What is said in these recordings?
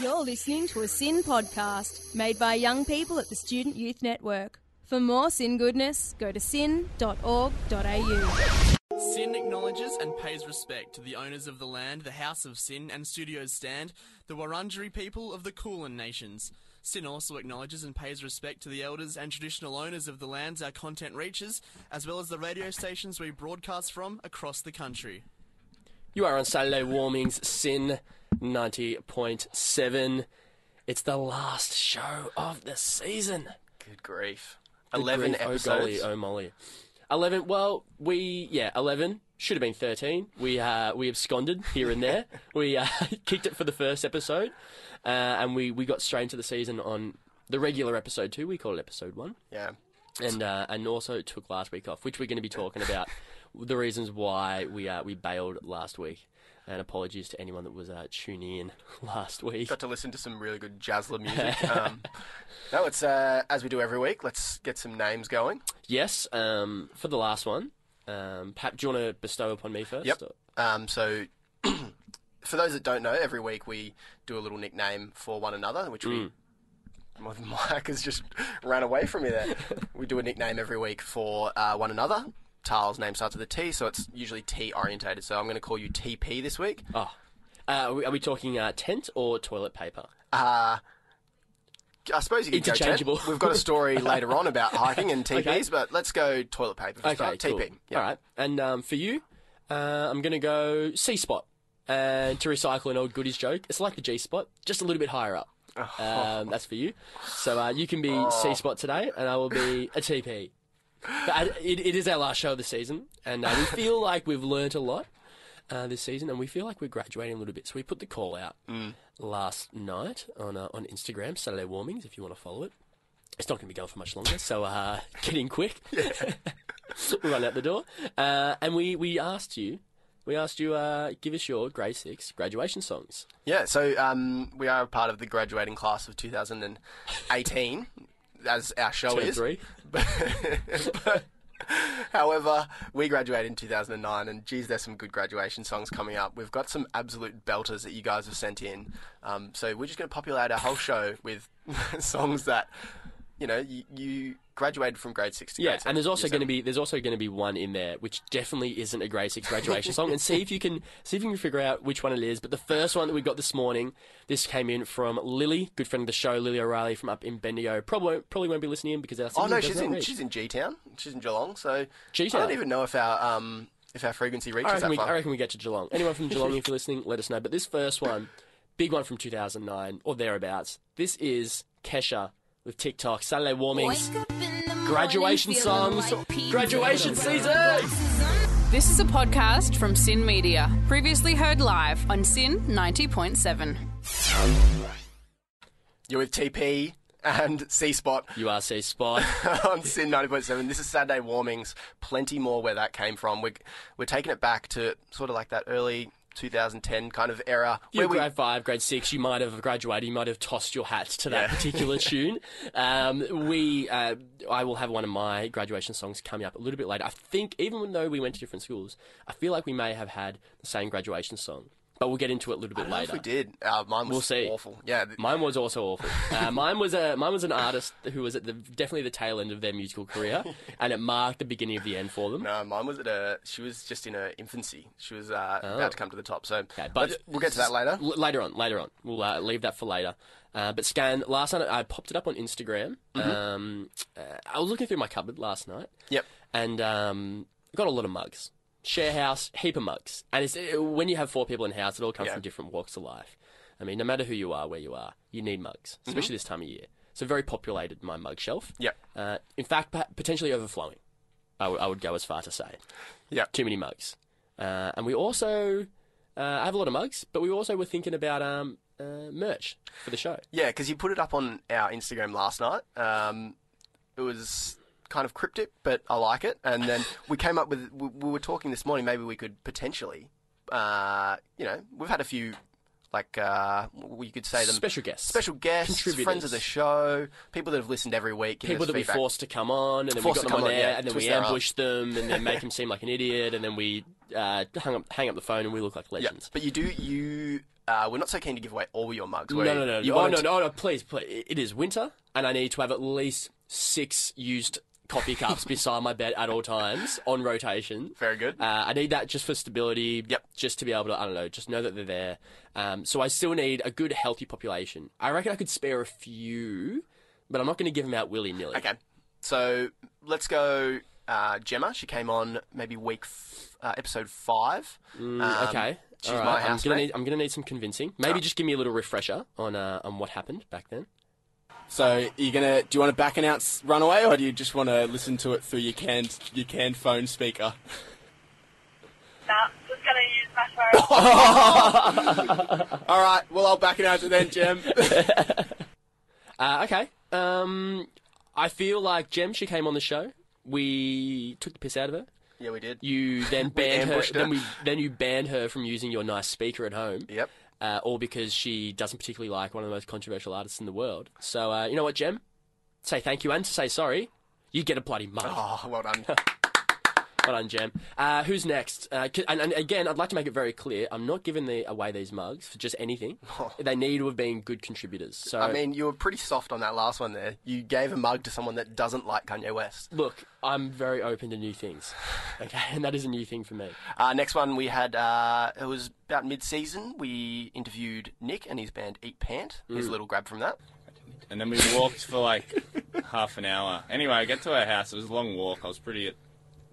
You're listening to a Sin podcast made by young people at the Student Youth Network. For more Sin goodness, go to sin.org.au. Sin acknowledges and pays respect to the owners of the land, the House of Sin and Studios Stand, the Wurundjeri people of the Kulin Nations. Sin also acknowledges and pays respect to the elders and traditional owners of the lands our content reaches, as well as the radio stations we broadcast from across the country. You are on Saturday Warming's Sin 90.7. It's the last show of the season. Good grief. 11 Grief, episodes. Oh, golly, oh, molly. 11, well, we, yeah, 11. Should have been 13. We uh, we absconded here and there. we uh, kicked it for the first episode. Uh, and we, we got straight into the season on the regular episode two. We call it episode one. Yeah. And uh, and also took last week off, which we're going to be talking about the reasons why we uh, we bailed last week. And apologies to anyone that was uh, tuning in last week. Got to listen to some really good Jazzla music. um, no, it's uh, as we do every week. Let's get some names going. Yes, um, for the last one, um, Pat, do you want to bestow upon me first? Yep. Um, so, for those that don't know, every week we do a little nickname for one another, which Mm. we. My mic has just ran away from me there. we do a nickname every week for uh, one another. Tarl's name starts with a T, so it's usually T orientated. So I'm going to call you TP this week. Oh, uh, are, we, are we talking uh, tent or toilet paper? Uh, I suppose you can go tent. Interchangeable. We've got a story later on about hiking and TPs, Okay. but let's go toilet paper. For a start. cool. TP. Yeah. All right, and um, for you, uh, I'm going to go C spot. And to recycle an old goodies joke, it's like a G spot, just a little bit higher up. Oh. Um, that's for you. So uh, you can be C spot today, and I will be a TP. But I, it, it is our last show of the season, and uh, we feel like we've learnt a lot uh, this season, and we feel like we're graduating a little bit. So we put the call out Mm. last night on uh, on Instagram, Saturday Warmings, if you want to follow it. It's not going to be going for much longer, so uh, get in quick. Run out the door. Uh, and we, we asked you, we asked you, uh, give us your grade six graduation songs. Yeah, so um, we are a part of the graduating class of 2018, as our show Turn Oh, is. three. But- however, we graduated in 2009, and geez, there's some good graduation songs coming up. We've got some absolute belters that you guys have sent in. Um, so we're just going to populate our whole show with songs that, you know, you, you graduated from grade six to Yeah, grade and there's also seven. going to be there's also going to be one in there which definitely isn't a grade six graduation song, and see if you can see if you can figure out which one it is. But the first one that we got this morning, this came in from Lily, good friend of the show, Lily O'Reilly from up in Bendigo. Probably probably won't be listening in because our signal Oh no, does she's not in reach. she's in G Town. She's in Geelong. So I G-town. don't even know if our um if our frequency I reaches reckon, that we, far. I reckon we get to Geelong. Anyone from Geelong, if you're listening, let us know. But this first one, big one from 2009 or thereabouts. This is Kesha with TikTok Saturday Warmings. Graduation songs. Graduation season. This is a podcast from Sin Media, previously heard live on Sin 90.7. You're with TP and C Spot You are C spot. on Sin 90.7. This is Saturday Warmings. Plenty more where that came from. We're, we're taking it back to sort of like that early 2010 kind of era. You're where we, grade five, grade six. You might have graduated. You might have tossed your hat to that Yeah. particular tune. Um, we, uh, I will have one of my graduation songs coming up a little bit later. I think even though we went to different schools, I feel like we may have had the same graduation song. But we'll get into it a little bit I don't know later. If we did. Uh, mine was We'll see. awful. Yeah. th- Mine was also awful. Uh, mine was a mine was an artist who was at the definitely the tail end of their musical career, and it marked the beginning of the end for them. no, uh, mine was at a. She was just in her infancy. She was uh, about to come to the top. So Oh. Okay, let's- we'll get to that later. L- later on, later on. We'll uh, leave that for later. Uh, but scan last night I popped it up on Instagram. Um, uh, I was looking through my cupboard last night. Mm-hmm. Yep. and um, got a lot of mugs. Share house, heap of mugs, and it's uh when you have four people in house, it all comes Yeah. from different walks of life. I mean, no matter who you are, where you are, you need mugs, Mm-hmm. especially this time of year. So very populated my mug shelf. Yep. Uh, in fact, pe- potentially overflowing. I would- I would go as far to say Yep. too many mugs. Uh, and we also, uh, I have a lot of mugs, but we also were thinking about um, uh, merch for the show. Yeah, because you put it up on our Instagram last night. Um, it was kind of cryptic, but I like it. And then we came up with we, we were talking this morning. Maybe we could potentially, uh, you know, we've had a few like uh, we could say them Special guests. special guests, Contributors. friends of the show, people that have listened every week, giving People us that we feedback. forced to come on, and then Forced we to got them come on on, air, yeah, and then twist we their arm. ambushed them, and then make them seem like an idiot, and then we uh, hung up hang up the phone, and we look like Yeah, legends. but you do you uh, we're not so keen to give away all your mugs. No, we? no, no, You no, oh, wanted no, to- no, no, please, please. It is winter, and I need to have at least six used coffee cups beside my bed at all times on rotation. Very good. Uh, I need that just for stability. Yep. Just to be able to, I don't know, just know that they're there. Um, so I still need a good, healthy population. I reckon I could spare a few, but I'm not going to give them out willy nilly. Okay. So let's go. Uh, Gemma, she came on maybe week, f- uh, episode five. Mm, Um, Mm, okay. She's All right. my I'm housemate. gonna need I'm gonna need some convincing. Maybe just give me a little refresher on uh, on what happened back then. So you gonna do you want to back announce Runaway, or do you just want to listen to it through your canned your canned phone speaker? Nah, just gonna use my phone. All right. Well, I'll back announce it then, Jim. Uh, okay. Um, I feel like Jem, she came on the show. We took the piss out of her. Yeah, we did. You then banned her, ambushed her. Then we then you banned her from using your nice speaker at home. Yep. Uh, all because she doesn't particularly like one of the most controversial artists in the world. So uh, you know what, Jem? Say thank you and say sorry. You get a bloody mug. Oh, well done. Well done, Jem. Uh, who's next? Uh, c- and, and again, I'd like to make it very clear: I'm not giving the, away these mugs for just anything. They need to have been good contributors. So I mean, you were pretty soft on that last one there. You gave a mug to someone that doesn't like Kanye West. look, I'm very open to new things. Okay, and that is a new thing for me. Uh, next one we had, uh, it was about mid season. We interviewed Nick and his band Eat Pant. Here's a little grab from that. and then we walked for like half an hour. Anyway, I get to her house. It was a long walk. I was pretty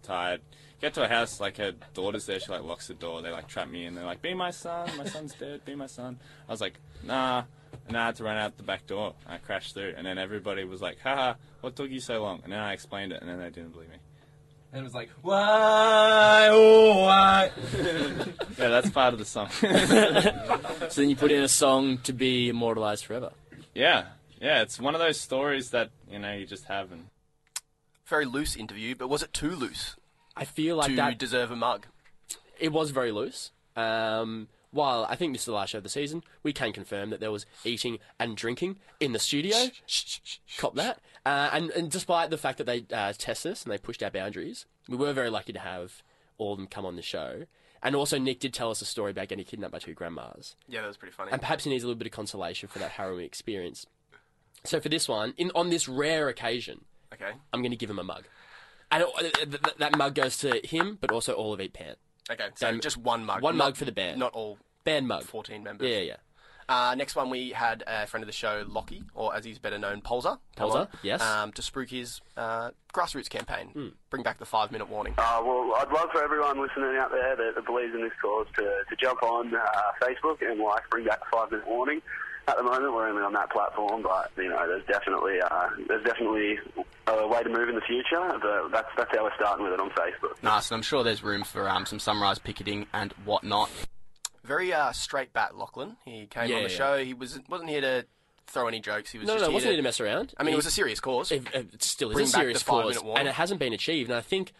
tired. Get to her house, like her daughter's there. She like locks the door. They like trap me in. They're like, "Be my son. My son's dead. Be my son." I was like, "Nah." And I had to run out the back door. I crashed through, and then everybody was like, "Haha, what took you so long?" And then I explained it, and then they didn't believe me. and it was like, why, oh why? Yeah, that's part of the song. So then you put in a song to be immortalized forever. yeah, yeah, it's one of those stories that you know you just have, and Very loose interview, but was it too loose I feel like to that deserve a mug? it was very loose. Um, while I think this is the last show of the season, we can confirm that there was eating and drinking in the studio. Cop that. Uh, and, and despite the fact that they uh, test us and they pushed our boundaries, we were very lucky to have all of them come on the show. And also, Nick did tell us a story about getting kidnapped by two grandmas. Yeah, that was pretty funny. And perhaps he needs a little bit of consolation for that harrowing experience. So for this one, in, on this rare occasion, Okay. I'm going to give him a mug. And it, uh, th- th- that mug goes to him, but also all of Eat Pant. Okay, so Um, just one mug. one not- mug for the band. Not all Band mug. 14 members. Yeah, yeah. Uh, next one, we had a friend of the show, Lockie, or as he's better known, Polzer. Hmm. come Polzer, on, yes. Um, to spruik his uh, grassroots campaign. Bring back the five minute warning. Uh, well, I'd love for everyone listening out there that, that believes in this cause to, to jump on uh, Facebook and like bring back the five minute warning. At the moment, we're only on that platform, but you know, there's definitely uh, there's definitely a way to move in the future. But that's that's how we're starting with it on Facebook. Nice, and I'm sure there's room for um, some summarised picketing and whatnot. Very uh, straight bat, Lachlan. He came Yeah, on the yeah. show. He was, wasn't here to throw any jokes. He was No, no, just no, here wasn't here to mess around. I mean, He- it was a serious cause. It, it still is Bring a back serious the five cause, minute warning. and it hasn't been achieved. And I think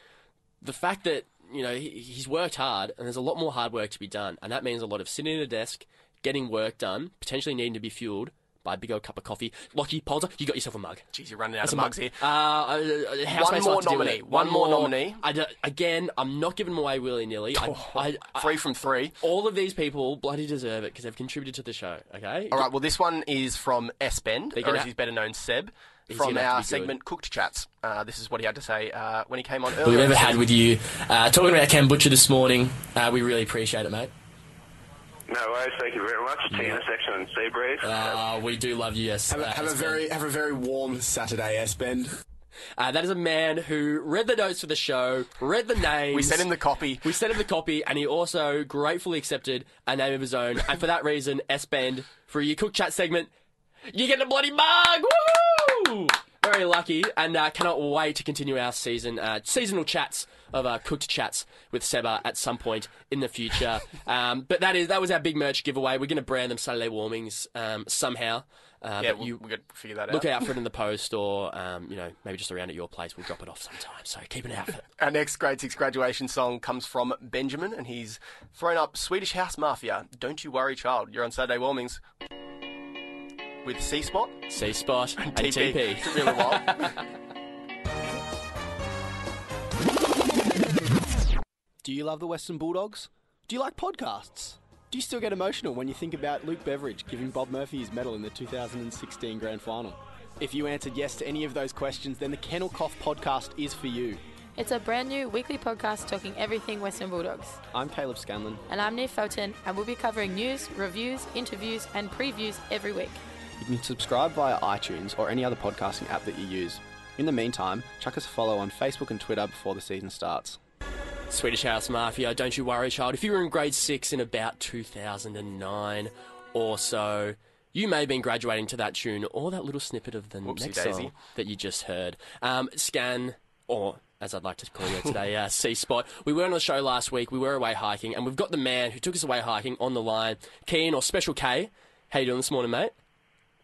the fact that you know he, he's worked hard, and there's a lot more hard work to be done, and that means a lot of sitting at a desk, getting work done, potentially needing to be fueled by a big old cup of coffee. Lockie Polzer, you got yourself a mug. Jeez, you're running out of mugs here. Uh, uh, housemates more like to do nominee. it. One more nominee. I d- again, I'm not giving them away willy nilly. I, I, I, Three from three. all of these people bloody deserve it because they've contributed to the show. Okay. All right, well, this one is from S Bend, or gonna- as he's better known, Seb, from gonna have to our be good. segment Cooked Chats. Uh, this is what he had to say uh, when he came on We've earlier. ever had with you. Uh, talking about Ken Butcher this morning, uh, we really appreciate it, mate. No worries, thank you very much. T intersection and sea breeze. Uh, we do love you, yes. Have uh, a, have a Espen. very have a very warm Saturday, S Bend. Uh, that is a man who read the notes for the show, read the names. We sent him the copy. We sent him the copy, and he also gratefully accepted a name of his own. and for that reason, S Bend, for your cook chat segment, you get a bloody mug! Woo! Very lucky, and uh, cannot wait to continue our season, uh, seasonal chats of uh, cooked chats with Seba at some point in the future. um, but that is that was our big merch giveaway. We're going to brand them Saturday Warmings um, somehow. Uh, yeah, but we you, we got to figure that out. Look out for it in the post, or um, you know, maybe just around at your place. We'll drop it off sometime. So keep an eye out for it. Our next grade six graduation song comes from Benjamin, and he's thrown up Swedish House Mafia. Don't you worry, child. You're on Saturday warmings with C Spot C spot and TP. Took me a little while. Do you love the Western Bulldogs? Do you like podcasts? Do you still get emotional when you think about Luke Beveridge giving Bob Murphy his medal in the 2016 grand final? If you answered yes to any of those questions, then the Kennel Cough podcast is for you. It's a brand new weekly podcast talking everything Western Bulldogs. I'm Caleb Scanlon. And I'm Nick Felton, and we'll be covering news, reviews, interviews, and previews every week. You can subscribe via iTunes or any other podcasting app that you use. In the meantime, chuck us a follow on Facebook and Twitter before the season starts. Swedish House Mafia, don't you worry, child. If you were in grade six in about 2009 or so, you may have been graduating to that tune or that little snippet of the Whoopsie next daisy. song that you just heard. Um, scan, or as I'd like to call you today, uh, C Spot. We were on the show last week. We were away hiking, and we've got the man who took us away hiking on the line, Keen or Special K. How you doing this morning, mate?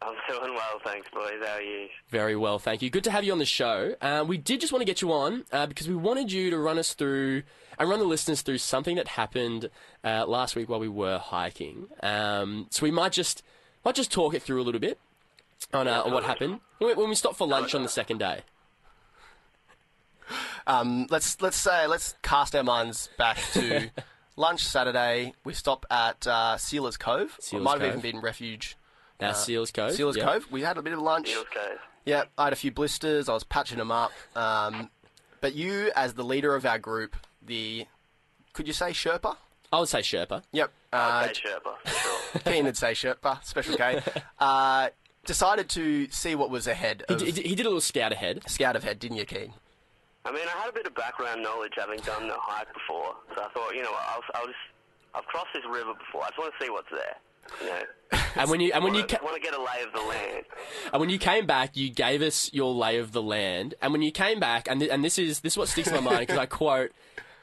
I'm doing well, thanks, boys. How are you? Very well, thank you. Good to have you on the show. Uh, we did just want to get you on uh, because we wanted you to run us through and run the listeners through something that happened uh, last week while we were hiking. Um, so we might just might just talk it through a little bit on, uh, on what happened when, when we stopped for lunch on the second day. Um, let's let's say let's cast our minds back to lunch Saturday. We stop at uh, Sealers Cove. It Sealers might have Cove. even been Refuge. Uh, Seals Cove. Sealers yeah. Cove. We had a bit of lunch. Seals Cove. Yeah, I had a few blisters. I was patching them up. Um, but you, as the leader of our group, the could you say Sherpa? I would say Sherpa. Yep. I'd Uh, say Sherpa, for sure. Keen would say Sherpa. Special K. Uh, decided to see what was ahead. He, Of, d- he d- he did a little scout ahead. Scout ahead, didn't you, Keen? I mean, I had a bit of background knowledge having done the hike before, so I thought, you know what, I'll, I'll just, I've crossed this river before. I just want to see what's there. You know, And when you and when you ca- want to get a lay of the land. And when you came back, you gave us your lay of the land. And when you came back, and th- and this is this is what sticks in my mind because I quote.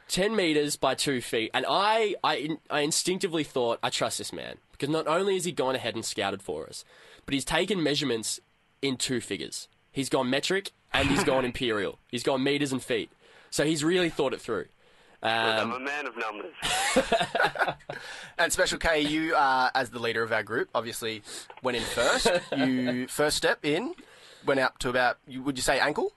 10 meters by 2 feet and I, I in- I instinctively thought I trust this man because not only has he gone ahead and scouted for us but he's taken measurements in two figures he's gone metric and he's gone imperial he's gone meters and feet so he's really thought it through I'm a man of numbers. And Special K, you, uh, as the leader of our group, obviously went in first. you first step in, went out to about, you, would you say ankle?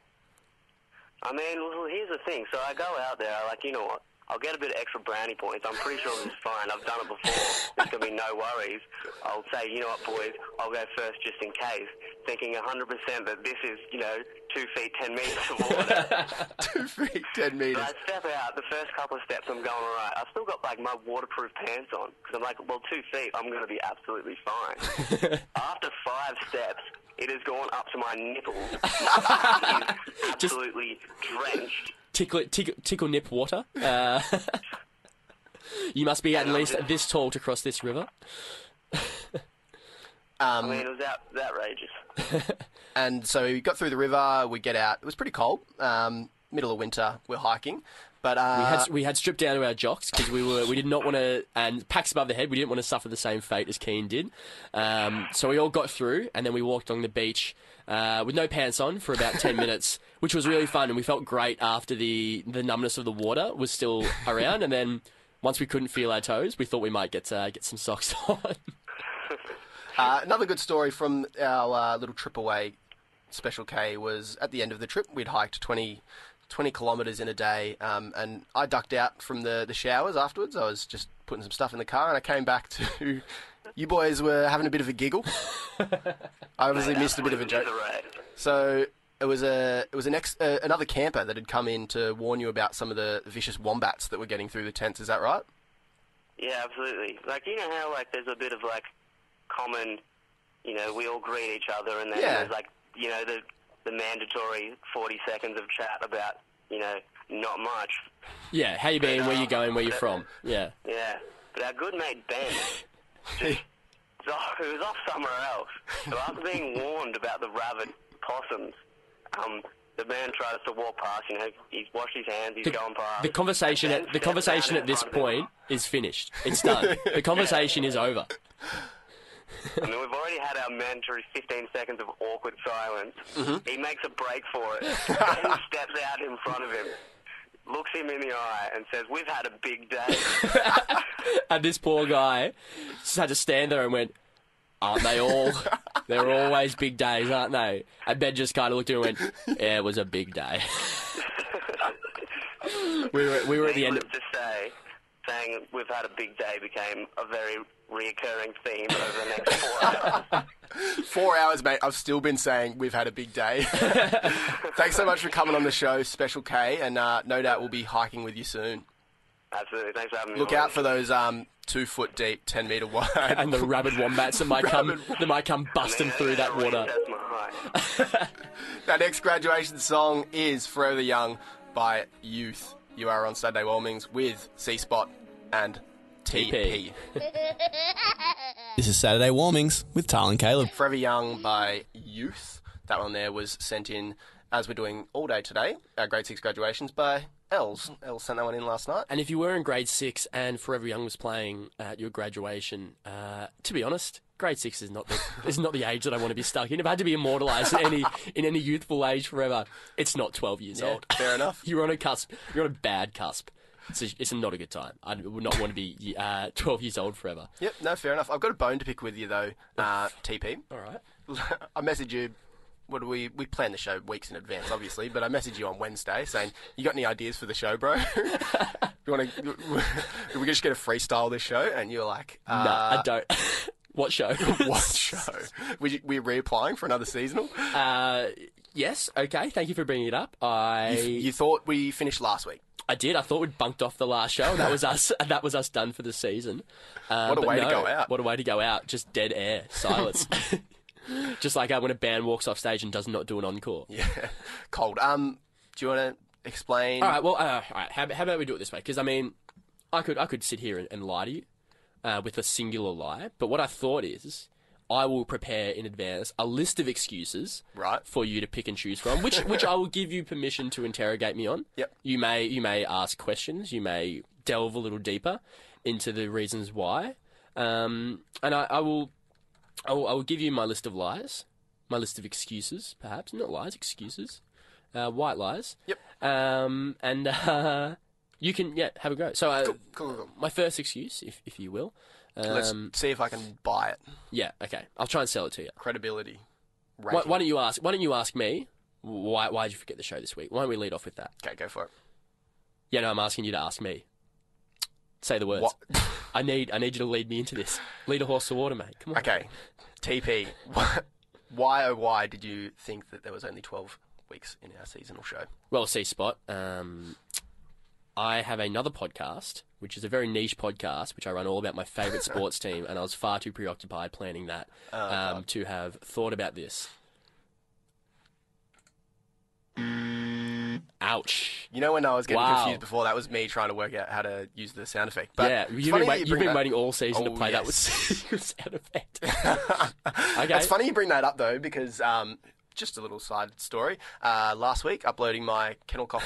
I mean, well, here's the thing. So I go out there, I like, you know what? I'll get a bit of extra brownie points. I'm pretty sure this is fine. I've done it before. There's going to be no worries. I'll say, you know what, boys, I'll go first just in case, thinking 100% that this is, you know, two feet, 10 metres of water. Two feet, ten meters. But I step out, the first couple of steps, I'm going all right. I've still got, like, my waterproof pants on because I'm like, well, two feet, I'm going to be absolutely fine. After five steps, it has gone up to my nipples. My is absolutely drenched. tickle tickle, tickle nip water uh, you must be at least this tall to cross this river I mean, it was out, it was outrageous. And so we got through the river, we get out. It was pretty cold, um, middle of winter, we're hiking. But uh, We had, we had stripped down to our jocks because we were we did not want to and packs above the head. We didn't want to suffer the same fate as Keane did. Um, so we all got through and then we walked along the beach uh, with no pants on for about ten minutes, which was really fun and we felt great after the the numbness of the water was still around. And then once we couldn't feel our toes, we thought we might get uh, get some socks on. Uh, another good story from our uh, little trip away, Special K, was at the end of the trip. We'd hiked 20, 20 kilometres in a day, um, and I ducked out from the, the showers afterwards. I was just putting some stuff in the car, and I came back to you boys were having a bit of a giggle. I obviously missed a bit of a joke. Right. So it was a it was an ex, uh, another camper that had come in to warn you about some of the vicious wombats that were getting through the tents. Is that right? Yeah, absolutely. Like you know how like there's a bit of like common, you know, we all greet each other, and then Yeah. there's like you know the the mandatory 40 seconds of chat about you know not much. yeah, how you been? Where you going? Where you from? Yeah, Yeah, but our good mate Ben, just, who was off somewhere else, so after being warned about the rabid possums, um, the man tries to walk past. You know, he's washed his hands, he's The- going past. the conversation Ben at the steps down conversation in at this front of him. point is finished. It's done. The conversation is over. I mean, we've already had our mandatory 15 seconds of awkward silence. Mm-hmm. He makes a break for it, then steps out in front of him, looks him in the eye, and says, "We've had a big day." And this poor guy just had to stand there and went, Aren't they all? They're always big days, aren't they? And Ben just kind of looked at him and went, Yeah, it was a big day. we were, we were at the end of. Needless to say, saying we've had a big day became a very reoccurring theme over the next four hours. Four hours, mate. I've still been saying we've had a big day. Thanks so much for coming on the show, Special K, and uh, no doubt we'll be hiking with you soon. Absolutely. Thanks for having me. Look out for those um, two foot deep, ten meter wide, and the rabid wombats that might come that might come busting through that water. Our next graduation song is Forever Young by Youth. You are on Sunday Warmings with C Spot and TP. This is Saturday Warmings with Tal and Caleb. Forever Young by Youth. That one there was sent in as we're doing all day today, our grade six graduations by Els. Els sent that one in last night. And if you were in grade six and Forever Young was playing at your graduation, uh, to be honest, grade six is not the is not the age that I want to be stuck in. If I had to be immortalised in any in any youthful age forever, it's not twelve years Yeah, old. fair enough. You're on a cusp. You're on a bad cusp. It's, a, it's not a good time. I would not want to be uh, twelve years old forever. Yep, no, fair enough. I've got a bone to pick with you though, uh, TP. All right. I messaged you. What do we we plan the show weeks in advance, obviously, but I messaged you on Wednesday saying, "You got any ideas for the show, bro? you want to? We just get a freestyle this show?" And you're like, No, uh, I don't. what show? "What show? We we reapplying for another seasonal? Uh, yes. Okay. Thank you for bringing it up. I You, you thought we finished last week? I did. I thought we'd bunked off the last show, and that was us. and that was us done for the season. Uh, What a but way to no, go out. What a way to go out! Just dead air, silence. Just like uh, when a band walks off stage and does not do an encore. Yeah, cold. Um, do you want to explain? All right. Well, uh, all right. How, how about we do it this way? Because I mean, I could I could sit here and, and lie to you uh, with a singular lie. But what I thought is, I will prepare in advance a list of excuses Right. for you to pick and choose from, which which I will give you permission to interrogate me on. Yep. You may you may ask questions. You may delve a little deeper into the reasons why. Um, and I, I will I will, I will give you my list of lies, my list of excuses, perhaps not lies, excuses, uh, white lies. Yep. Um, and uh, you can yeah have a go. So uh, Cool, cool, cool. my first excuse, if if you will. Let's Um, see if I can buy it. yeah. Okay. I'll try and sell it to you. Credibility. Why, why don't you ask? Why don't you ask me? Why why did you forget the show this week? Why don't we lead off with that? Okay, go for it. Yeah, no, I'm asking you to ask me. Say the words. What? I need I need you to lead me into this. Lead a horse to water, mate. Come on. Okay, TP. Why oh why did you think that there was only twelve weeks in our seasonal show? Well, C Spot, um, I have another podcast, which is a very niche podcast, which I run all about my favourite sports team, and I was far too preoccupied planning that Oh, um, to have thought about this. Ouch. You know when I was getting Wow. confused before, that was me trying to work out how to use the sound effect. But yeah, it's you've funny been, that wait, you you've bring been that- waiting all season to Oh, play that with yes. sound effect. okay. It's funny you bring that up though, because um, just a little side story. Uh, last week, uploading my Kennel Cough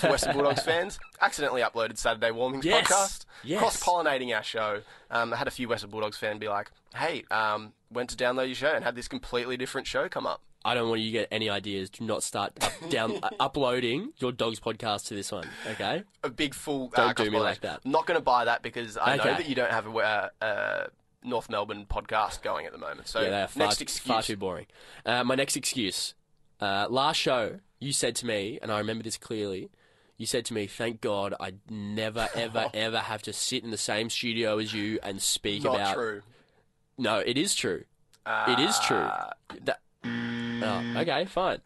for Western Bulldogs fans, accidentally uploaded Saturday Warmings Yes. podcast, Yes. cross pollinating our show. Um, I had a few Western Bulldogs fans be like, "Hey, um, went to download your show and had this completely different show come up." I don't want you to get any ideas. Do not start up, down uh, uploading your dog's podcast to this one. Okay. a big full. Don't uh, do me crossbody. like that. I'm not going to buy that because I know Okay. that you don't have a uh, uh, North Melbourne podcast going at the moment. So yeah, they are far, next too- excuse. far too boring. Uh, my next excuse. Uh, last show, you said to me, and I remember this clearly. You said to me, "Thank God I never, ever, ever have to sit in the same studio as you and speak not about." true. No, it is true. it is true. Uh, That- mm. Oh, okay, fine.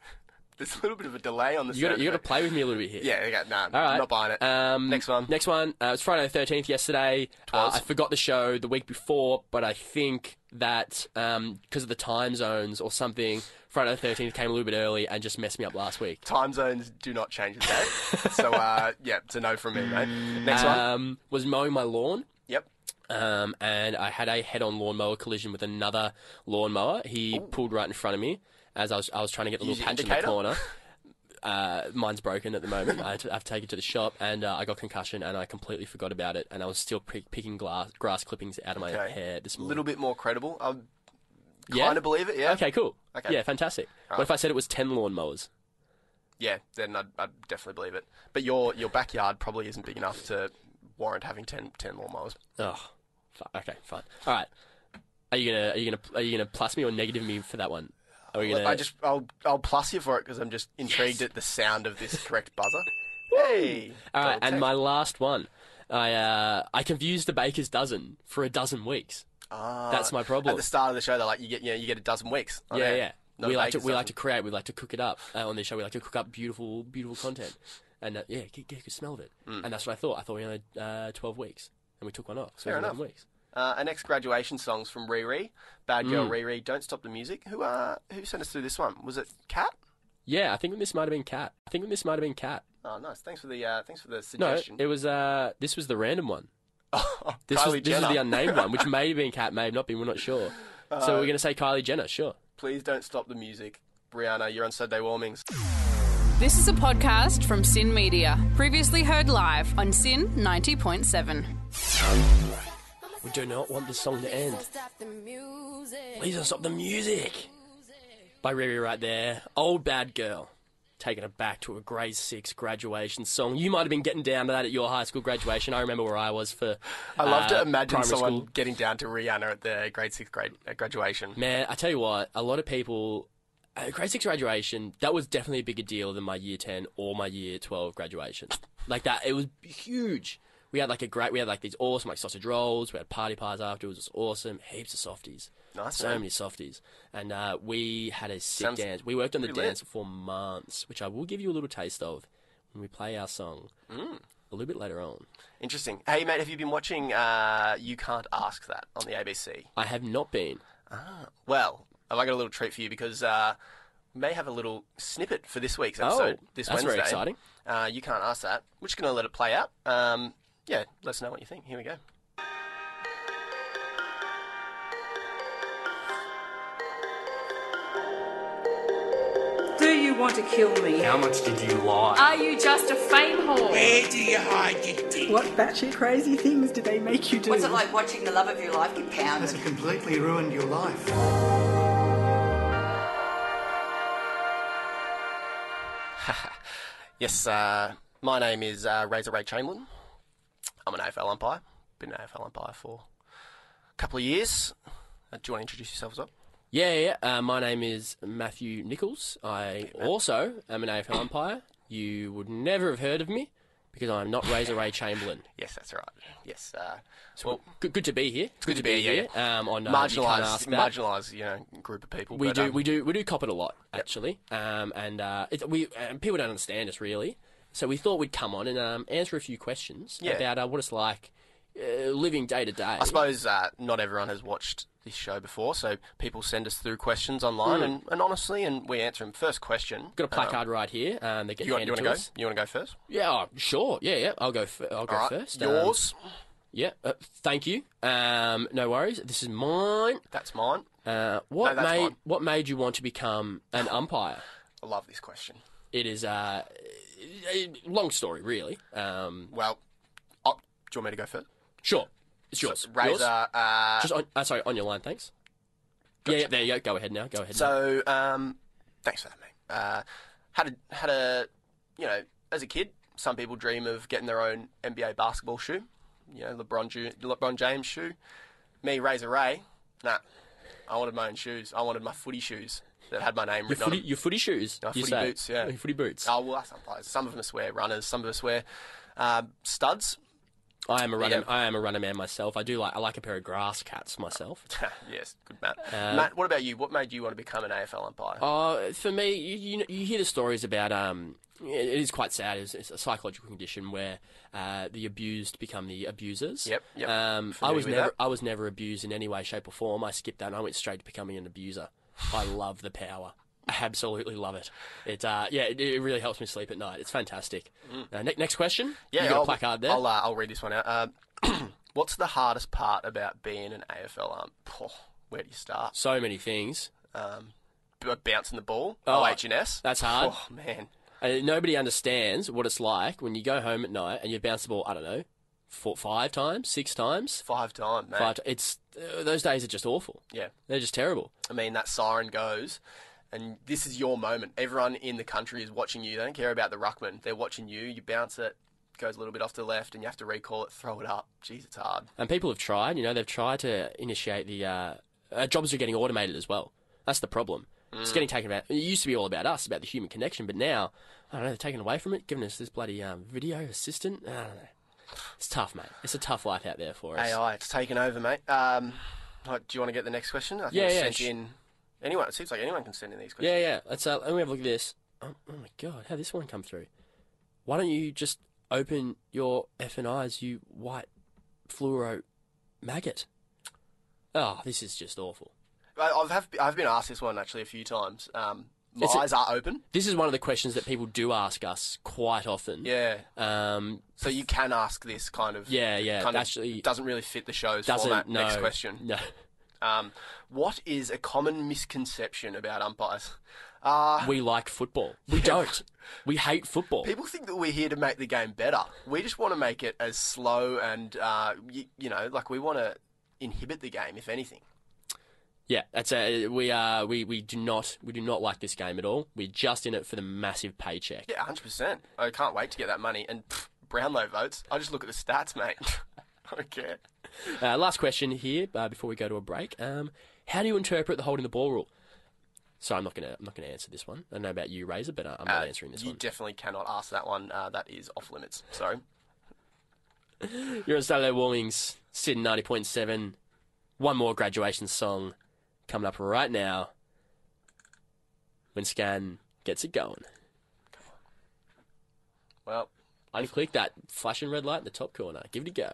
There's a little bit of a delay on the. You got sound you got to effect. play with me a little bit here. Yeah, yeah, no, All right. not buying it. Um, Next one. Next one. Uh, it was Friday the thirteenth yesterday. Uh, Twas. I forgot the show the week before, but I think that because of the time zones or something, Friday the thirteenth came a little bit early and just messed me up last week. Time zones do not change the day. so uh, yeah, it's a no from me, mate. Next one. Um, was mowing my lawn. Yep. Um, and I had a head-on lawnmower collision with another lawnmower. He Oh. pulled right in front of me as I was I was trying to get the Use little patch your in indicator? the corner. Uh, mine's broken at the moment. I had to, I've taken it to the shop, and uh, I got concussion, and I completely forgot about it. And I was still pick picking glass, grass clippings out of my Okay. hair this A morning. little bit more credible. I kind yeah? of believe it. Yeah. Okay, cool. Okay. Yeah, fantastic. What if I said it was ten lawnmowers? Yeah. Then I'd, I'd definitely believe it. But your your backyard probably isn't big enough to warrant having 10, 10 lawnmowers. Oh, fu- okay, fine. All right. Are you gonna are you gonna are you gonna plus me or negative me for that one? Are we gonna? I just I'll I'll plus you for it because I'm just intrigued at the sound of this correct buzzer. hey, All right, Double Uh, and tap. my last one. I uh, I confused the baker's dozen for a dozen weeks. Ah, That's my problem. At the start of the show, they're like, you get, you, know, you get a dozen weeks. yeah, yeah. Oh, No we like to baker's we like to dozen. create. We like to cook it up uh, on this show. We like to cook up beautiful, beautiful content. And uh, yeah, you could smell it. Hmm. And that's what I thought. I thought we only had uh, twelve weeks, and we took one off. So it Fair was 11 enough. weeks. Uh, our next graduation song's from Riri, Bad Girl Mm. Riri, Don't Stop the Music. Who uh, who sent us through this one? Was it Kat? Yeah, I think this might have been cat. I think this might have been cat. Oh, nice. Thanks for the uh, thanks for the No, suggestion. it was. Uh, this was the random one. This was, Oh, Kylie this was Jenner. the unnamed one, which may have been cat, may have not been. We're not sure. so Uh, we're gonna say Kylie Jenner. Sure. Please don't stop the music. Brianna, you're on Saturday Warmings. This is a podcast from Sin Media, previously heard live on Sin 90.7. We do not want this song to end. Please don't stop the music. By Riri right there. Old bad girl. Taking it back to a grade six graduation song. You might have been getting down to that at your high school graduation. I remember where I was for. I love uh, to imagine primary someone school. getting down to Rihanna at the grade sixth grade uh, graduation. Man, I tell you what, a lot of people. Uh, grade six graduation, that was definitely a bigger deal than my year 10 or my year 12 graduation. Like that, it was huge. We had like a great, we had like these awesome like sausage rolls, we had party pies afterwards, it was awesome, heaps of softies. Nice, So man. many softies. And uh, we had a sick Sounds dance. We worked on the pretty lit. dance for months, which I will give you a little taste of when we play our song Mm. a little bit later on. Interesting. Hey, mate, have you been watching uh, You Can't Ask That on the ABC? I have not been. Well, have I got a little treat for you because uh, we may have a little snippet for this week's episode Oh, this that's Wednesday. very exciting. Uh, you Can't Ask That. We're just going to let it play out. Um, yeah, let us know what you think. Here we go. Do you want to kill me? How much did you lie? Are you just a fame whore? Where do you hide your dick? What batshit crazy things do they make you do? What's it like watching the love of your life get pounded? completely ruined your life. Yes, uh, my name is uh, Razor Ray Chamberlain. I'm an AFL umpire. Been an AFL umpire for a couple of years. Uh, do you want to introduce yourself as well? Yeah, yeah. yeah. Uh, my name is Matthew Nichols. I also am an AFL umpire. You would never have heard of me because I'm not Razor Ray Chamberlain. Yes, that's right. Yes. Uh, so good, good to be here. It's good to be here, yeah. Um, on uh, You Can't marginalised, Ask That. marginalised, you know, group of people. We but, do, um, we do, we do cop it a lot actually, um, and uh, it, we and people don't understand us really. So we thought we'd come on and um, answer a few questions Yeah. about uh, what it's like uh, living day to day. I suppose uh, not everyone has watched this show before, so people send us through questions online Mm. and, and honestly, and we answer them. First question. Got a placard right here. Um, they get you want, handed you want to to go? us. You want to go first? Yeah, oh, sure. Yeah, yeah. I'll go. F- I'll go All right, first. yours. Um, yeah. Uh, thank you. Um, no worries. This is mine. That's mine. Uh, what No, that's made mine. What made you want to become an umpire? I love this question. It is uh, a long story, really. Um, well, oh, do you want me to go first? Sure. It's yours. So, Razor, Yours? uh, Just on, uh, sorry, on your line. Thanks. Yeah, yeah, there you go. Go ahead now. Go ahead. now. So, um, thanks for that, mate. Uh, had a had a you know, as a kid, some people dream of getting their own NBA basketball shoe. You know, LeBron Ju- LeBron James shoe. Me, Razor Ray. Nah, I wanted my own shoes. I wanted my footy shoes that had my name Your written footy, on them. your footy shoes. My you footy say. boots, yeah. Your footy boots. Oh well, sometimes some of us wear runners, some of us wear um, studs. I am a runner. Yeah. I am a runner man myself. I do like. I like a pair of grass cats myself. yes, good Matt. Uh, Matt, what about you? What made you want to become an AFL umpire? Uh, for me, you, you you hear the stories about um, it it is quite sad. It's, it's a psychological condition where uh, the abused become the abusers. Yep, yep. Um, I Familiar was with never that. I was never abused in any way, shape, or form. I skipped that. and I went straight to becoming an abuser. I love the power. I absolutely love it. It uh, yeah, it, it really helps me sleep at night. It's fantastic. Mm. Uh, ne- next question. Yeah, you got I'll, a placard there. I'll, uh, I'll read this one out. Um, what's the hardest part about being an AFL ump? Oh, where do you start? So many things. Um, b- bouncing the ball. Oh, Oh, HNS. that's hard. Oh man. Uh, nobody understands what it's like when you go home at night and you bounce the ball. I don't know, four, five times, six times, five times, mate. Five, ti- it's uh, those days are just awful. Yeah. They're just terrible. I mean, that siren goes, and this is your moment. Everyone in the country is watching you. They don't care about the ruckman. They're watching you. You bounce it, goes a little bit off to the left, and you have to recall it, throw it up. Jeez, it's hard. And people have tried. You know, they've tried to initiate the uh, uh, jobs are getting automated as well. That's the problem. It's Mm. getting taken about. It used to be all about us, about the human connection, but now I don't know. They're taken away from it, giving us this bloody um, video assistant. I don't know. It's tough, mate. It's a tough life out there for us. AI, it's taken over, mate. Um, like, do you want to get the next question? I think Yeah, it's yeah, Sent sh- in anyone. It seems like anyone can send in these questions. Yeah, yeah. Let's uh, let me have a look at this. Oh, oh my god, how this one come through? Why don't you just open your F and I's, you white fluoro maggot? Oh, this is just awful. I- I've have, I've been asked this one actually a few times. Um, It's a- lies are open. This is one of the questions that people do ask us quite often. Yeah. Um, So you can ask this kind of. Yeah, yeah, Kind of actually- doesn't really fit the show's doesn't format. no, Next question. No. Um, what is a common misconception about umpires? Uh, we like football. We don't. We hate football. People think that we're here to make the game better. We just want to make it as slow and, uh, you, you know, like we want to inhibit the game, if anything. Yeah, that's a, we are we, we do not we do not like this game at all. We're just in it for the massive paycheck. Yeah, 100%. I can't wait to get that money. And pff, Brownlow votes. I just look at the stats, mate. I don't care. Uh, last question here uh, before we go to a break. Um, how do you interpret the holding the ball rule? So I'm not gonna I'm not gonna answer this one. I don't know about you, Razor, but uh, I'm not Uh, answering this you one. definitely cannot ask that one. Uh, that is off limits. Sorry. You're on Saturday Warnings, Sydney ninety point seven. One more graduation song coming up right now. When Scan gets it going. Well, unclick that flashing red light in the top corner. Give it a go.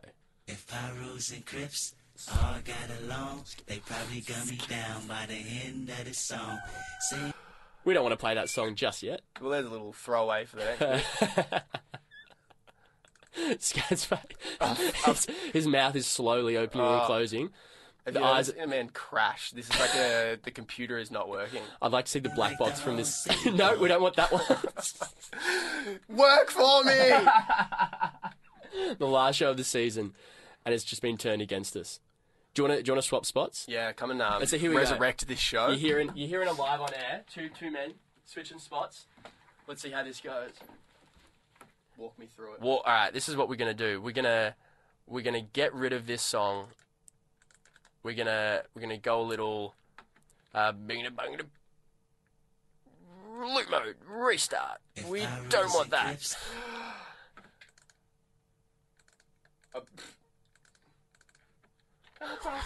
If Pyros and Crips all got along, they probably got me down by the end of the song. Say We don't want to play that song just yet. Well, there's a little throwaway for the next one. Scan's face. Uh, his, his mouth is slowly opening and Oh. closing. Have The you ever eyes- seen a oh, man crash? This is like a, the computer is not working. I'd like to see the black box from this. no, we don't want that one. Work for me! the last show of the season, and it's just been turned against us. Do you want to? Do you want to swap spots? Yeah, come and um, Let's see, here we go. resurrect this show. You're hearing. You're hearing a live on air. Two two men switching spots. Let's see how this goes. Walk me through it. Well, all right. This is what we're gonna do. We're gonna we're gonna get rid of this song. We're gonna we're gonna go a little uh, bingada bangada loop mode restart. We don't want that.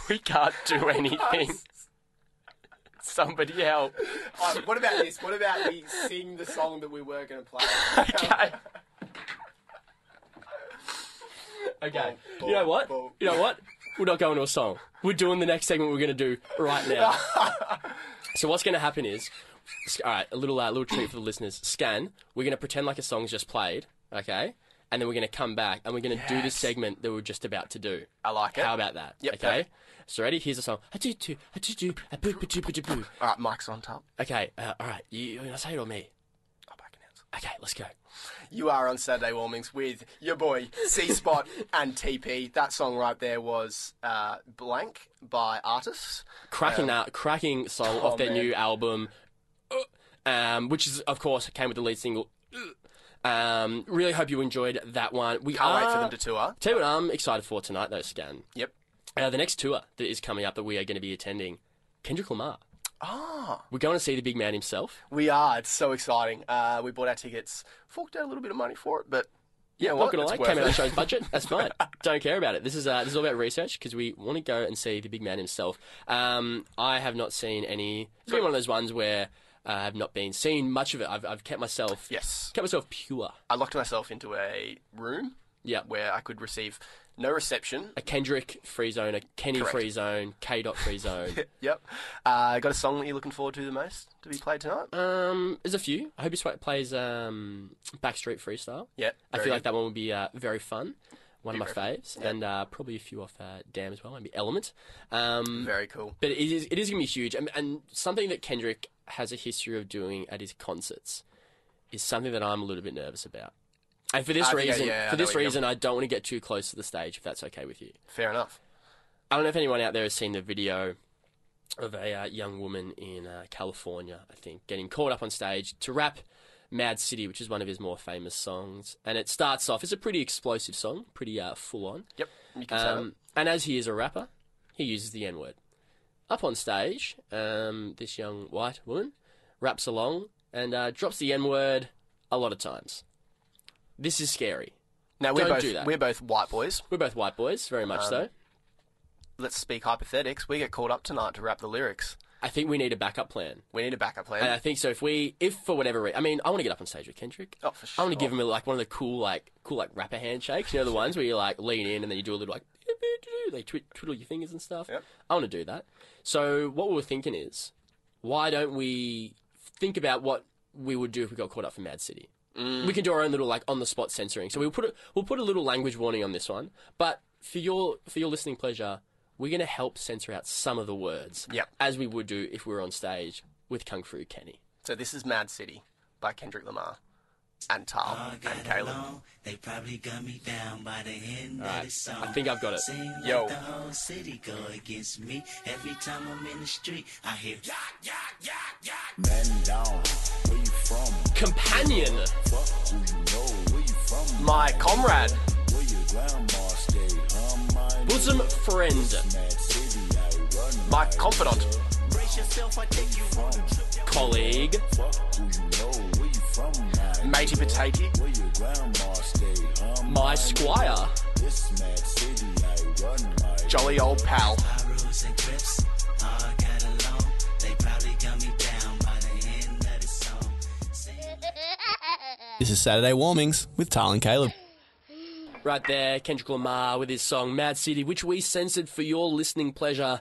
We can't Oh, do anything. Somebody help. Uh, what about this? What about we sing the song that we were going to play? okay. Okay. You know what? You know what? We're not going to a song. We're doing the next segment we're going to do right now. so what's going to happen is, all right, a little uh, little treat for the listeners. Scan. We're going to pretend like a song's just played, okay? And then we're going to come back and we're going to do the Yes. segment that we're just about to do. I like it. How about that? Yep, okay. perfect. So ready? Here's a song. I do do. I do do. I boo boo do boo do boo. All right, Mike's on top. Oh, Okay. Uh, all right. You, you want to say it or me? I'll back announce. Okay. Let's go. You are on Saturday Warmings with your boy C Spot and TP. That song right there was uh, Blank by Artists. cracking Um, that cracking song oh, off their man. new album, um, which is of course came with the lead single. Um, really hope you enjoyed that one. We Can't are, wait for them to tour. Tell you what I'm excited for tonight though, Scan. Yep. Uh, the next tour that is coming up that we are going to be attending, Kendrick Lamar. Ah, We're going to see the big man himself. we are. It's so exciting. Uh, we bought our tickets, forked out a little bit of money for it, but you know I'm what? not gonna It's lie, worth came out of the it. show's budget. That's fine. Don't care about it. This is uh, this is all about research because we want to go and see the big man himself. Um, I have not seen any. It's been one of those ones where uh, I've not been seen much of it. I've, I've kept myself yes, kept myself pure. I locked myself into a room. Yeah. where I could receive no reception. A Kendrick free zone, a Kenny Correct. free zone, K dot free zone. Yep. Uh, got a song that you're looking forward to the most to be played tonight? um, there's a few. I hope he swi- plays um Backstreet Freestyle. Yep, I very feel like good. that one would be uh, very fun. One Be of my very faves, and uh, probably a few off uh, Damn as well, maybe Element. Um, Very cool. But it is it is gonna be huge, and, and something that Kendrick has a history of doing at his concerts is something that I'm a little bit nervous about. And for this I think I- reason, yeah, I for know this where you're reason, I don't want to get too close to the stage, if that's okay with you. Fair enough. I don't know if anyone out there has seen the video of a uh, young woman in uh, California, I think, getting caught up on stage to rap Mad City, which is one of his more famous songs. And it starts off, it's a pretty explosive song, pretty uh, full on. Yep. You can say that. Um, and as he is a rapper, he uses the N word. Up on stage, um, this young white woman raps along and uh, drops the N word a lot of times. This is scary. Now we're Don't both do that. we're both white boys. We're both white boys, very Um, much so. Let's speak hypothetics. We get called up tonight to rap the lyrics. I think we need a backup plan. We need a backup plan. And I think so. If we, if for whatever reason, I mean, I want to get up on stage with Kendrick. Oh, for sure. I want to give him like one of the cool, like cool, like rapper handshakes. You know the ones where you like lean in and then you do a little like, they twi- twiddle your fingers and stuff. I want to do that. So what we were thinking is, why don't we think about what we would do if we got caught up for Mad City? We can do our own little like on the spot censoring. So we'll put a, we'll put a little language warning on this one. But for your for your listening pleasure, we're going to help censor out some of the words. Yep. As we would do if we were on stage with Kung Fu Kenny. So this is Mad City by Kendrick Lamar and Tal and Caleb. They probably got me down by the end of Alright, the song. I think I've got it. Seem Yo. Like the whole city go against me. Every time I'm in the street, I hear yak, yak, yak, yak. Man down, where you from? Companion. Fuck who you know, where you from? My comrade. Where your grandma stayed, huh, my Bosom friend. My confidant. Brace yourself, I take you on a trip. Colleague. Fuck who you know, where you from, my Matey potato. Where your grandma stayed, huh, My squire. This mad city, I run my Jolly old pal. Pyros and Crips all got along. They probably got me down by the end of the song. This is Saturday Warmings with Tal and Caleb. Right there, Kendrick Lamar with his song Mad City, which we censored for your listening pleasure,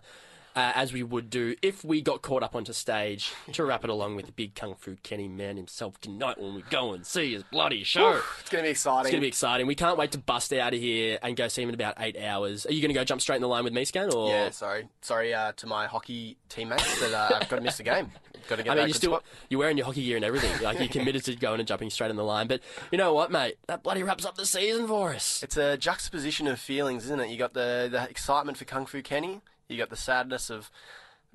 uh, as we would do if we got caught up onto stage to wrap it along with the big Kung Fu Kenny man himself tonight when we go and see his bloody show. Whew, it's gonna be exciting. It's going to be exciting. We can't wait to bust out of here and go see him in about eight hours. Are you going to go jump straight in the line with me, Scan? Or... Yeah, sorry, sorry uh, to my hockey teammates that uh, I've got to miss the game. Got to get I that mean, you good still spot. you're wearing your hockey gear and everything. Like you're committed to going and jumping straight in the line. But you know what, mate? That bloody wraps up the season for us. It's a juxtaposition of feelings, isn't it? You got the, the excitement for Kung Fu Kenny. You got the sadness of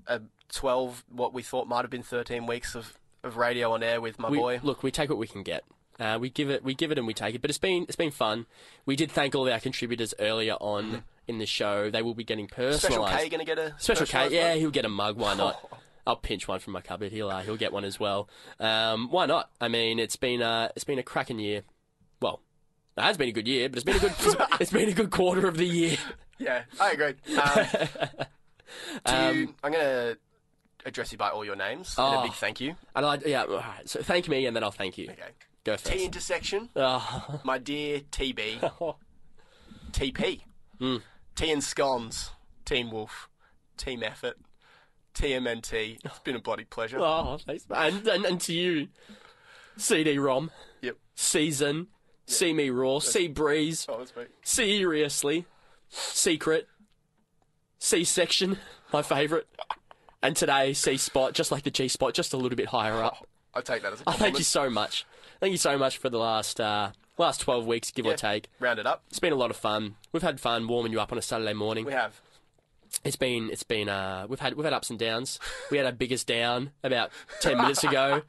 uh, twelve, what we thought might have been thirteen weeks of, of radio on air with my we, boy. Look, we take what we can get. Uh, we give it, we give it, and we take it. But it's been, it's been fun. We did thank all of our contributors earlier on in the show. They will be getting Special personalised. K gonna get a special K. personalised Yeah, one? he'll get a mug. Why not? I'll pinch one from my cupboard. He'll, uh, he'll get one as well. Um, why not? I mean, it's been, uh, it's been a cracking year. Well, it has been a good year, but it's been a good, it's- it's been a good quarter of the year. Yeah, I agree. Um, do you, I'm gonna address you by all your names and a Um, Oh. big thank you. And I, yeah, all right. So thank me, and then I'll thank you. Okay. Go first. T intersection, Oh. my dear TB, TP, Hmm. T and scones, Team Wolf, Team Effort, TMNT. It's been a bloody pleasure. Oh, thanks, man. And, and, and to you, CD-ROM. Yep. Season. See me raw. See breeze. Oh, that's me. Seriously. Secret. C section. My favourite. And today, C spot, just like the G spot, just a little bit higher up. I take that as a I compliment. thank you so much. Thank you so much for the last uh, last twelve weeks, give or Yeah. take. Round it up. It's been a lot of fun. We've had fun warming you up on a Saturday morning. We have. It's been it's been uh we've had we've had ups and downs. We had our biggest down about ten minutes ago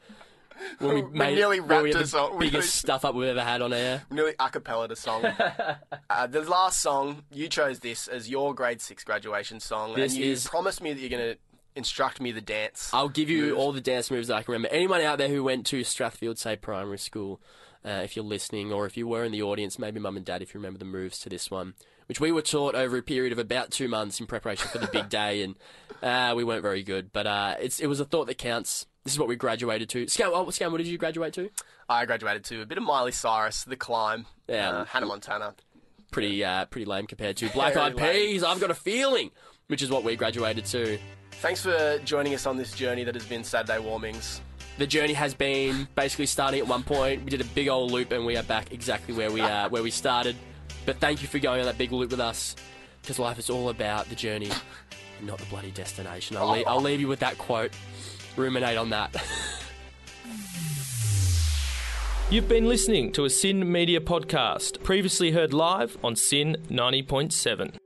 when we, We made nearly when we wrapped had us the up. We nearly- biggest stuff up we've ever had on air. Nearly acapella to song. uh, the last song you chose this as your grade six graduation song, This and you is- promised me that you're going to instruct me the dance. I'll give you moves. all the dance moves that I can remember. Anyone out there who went to Strathfield, say primary school, uh, if you're listening, or if you were in the audience, maybe mum and dad, if you remember the moves to this one, which we were taught over a period of about two months in preparation for the big day, and uh, we weren't very good. But uh, it's it was a thought that counts. This is what we graduated to. Scam, oh, Scam, what did you graduate to? I graduated to a bit of Miley Cyrus, The Climb, Yeah. uh, Hannah Montana. pretty uh, pretty lame compared to Black Eyed Very lame. Peas. I've got a feeling, which is what we graduated to. Thanks for joining us on this journey that has been Saturday Warmings. The journey has been basically starting at one point. We did a big old loop, and we are back exactly where we uh, where we started. But thank you for going on that big loop with us, because life is all about the journey, and not the bloody destination. I'll, le- I'll leave you with that quote. Ruminate on that. You've been listening to a Sin Media podcast, previously heard live on Sin 90.7.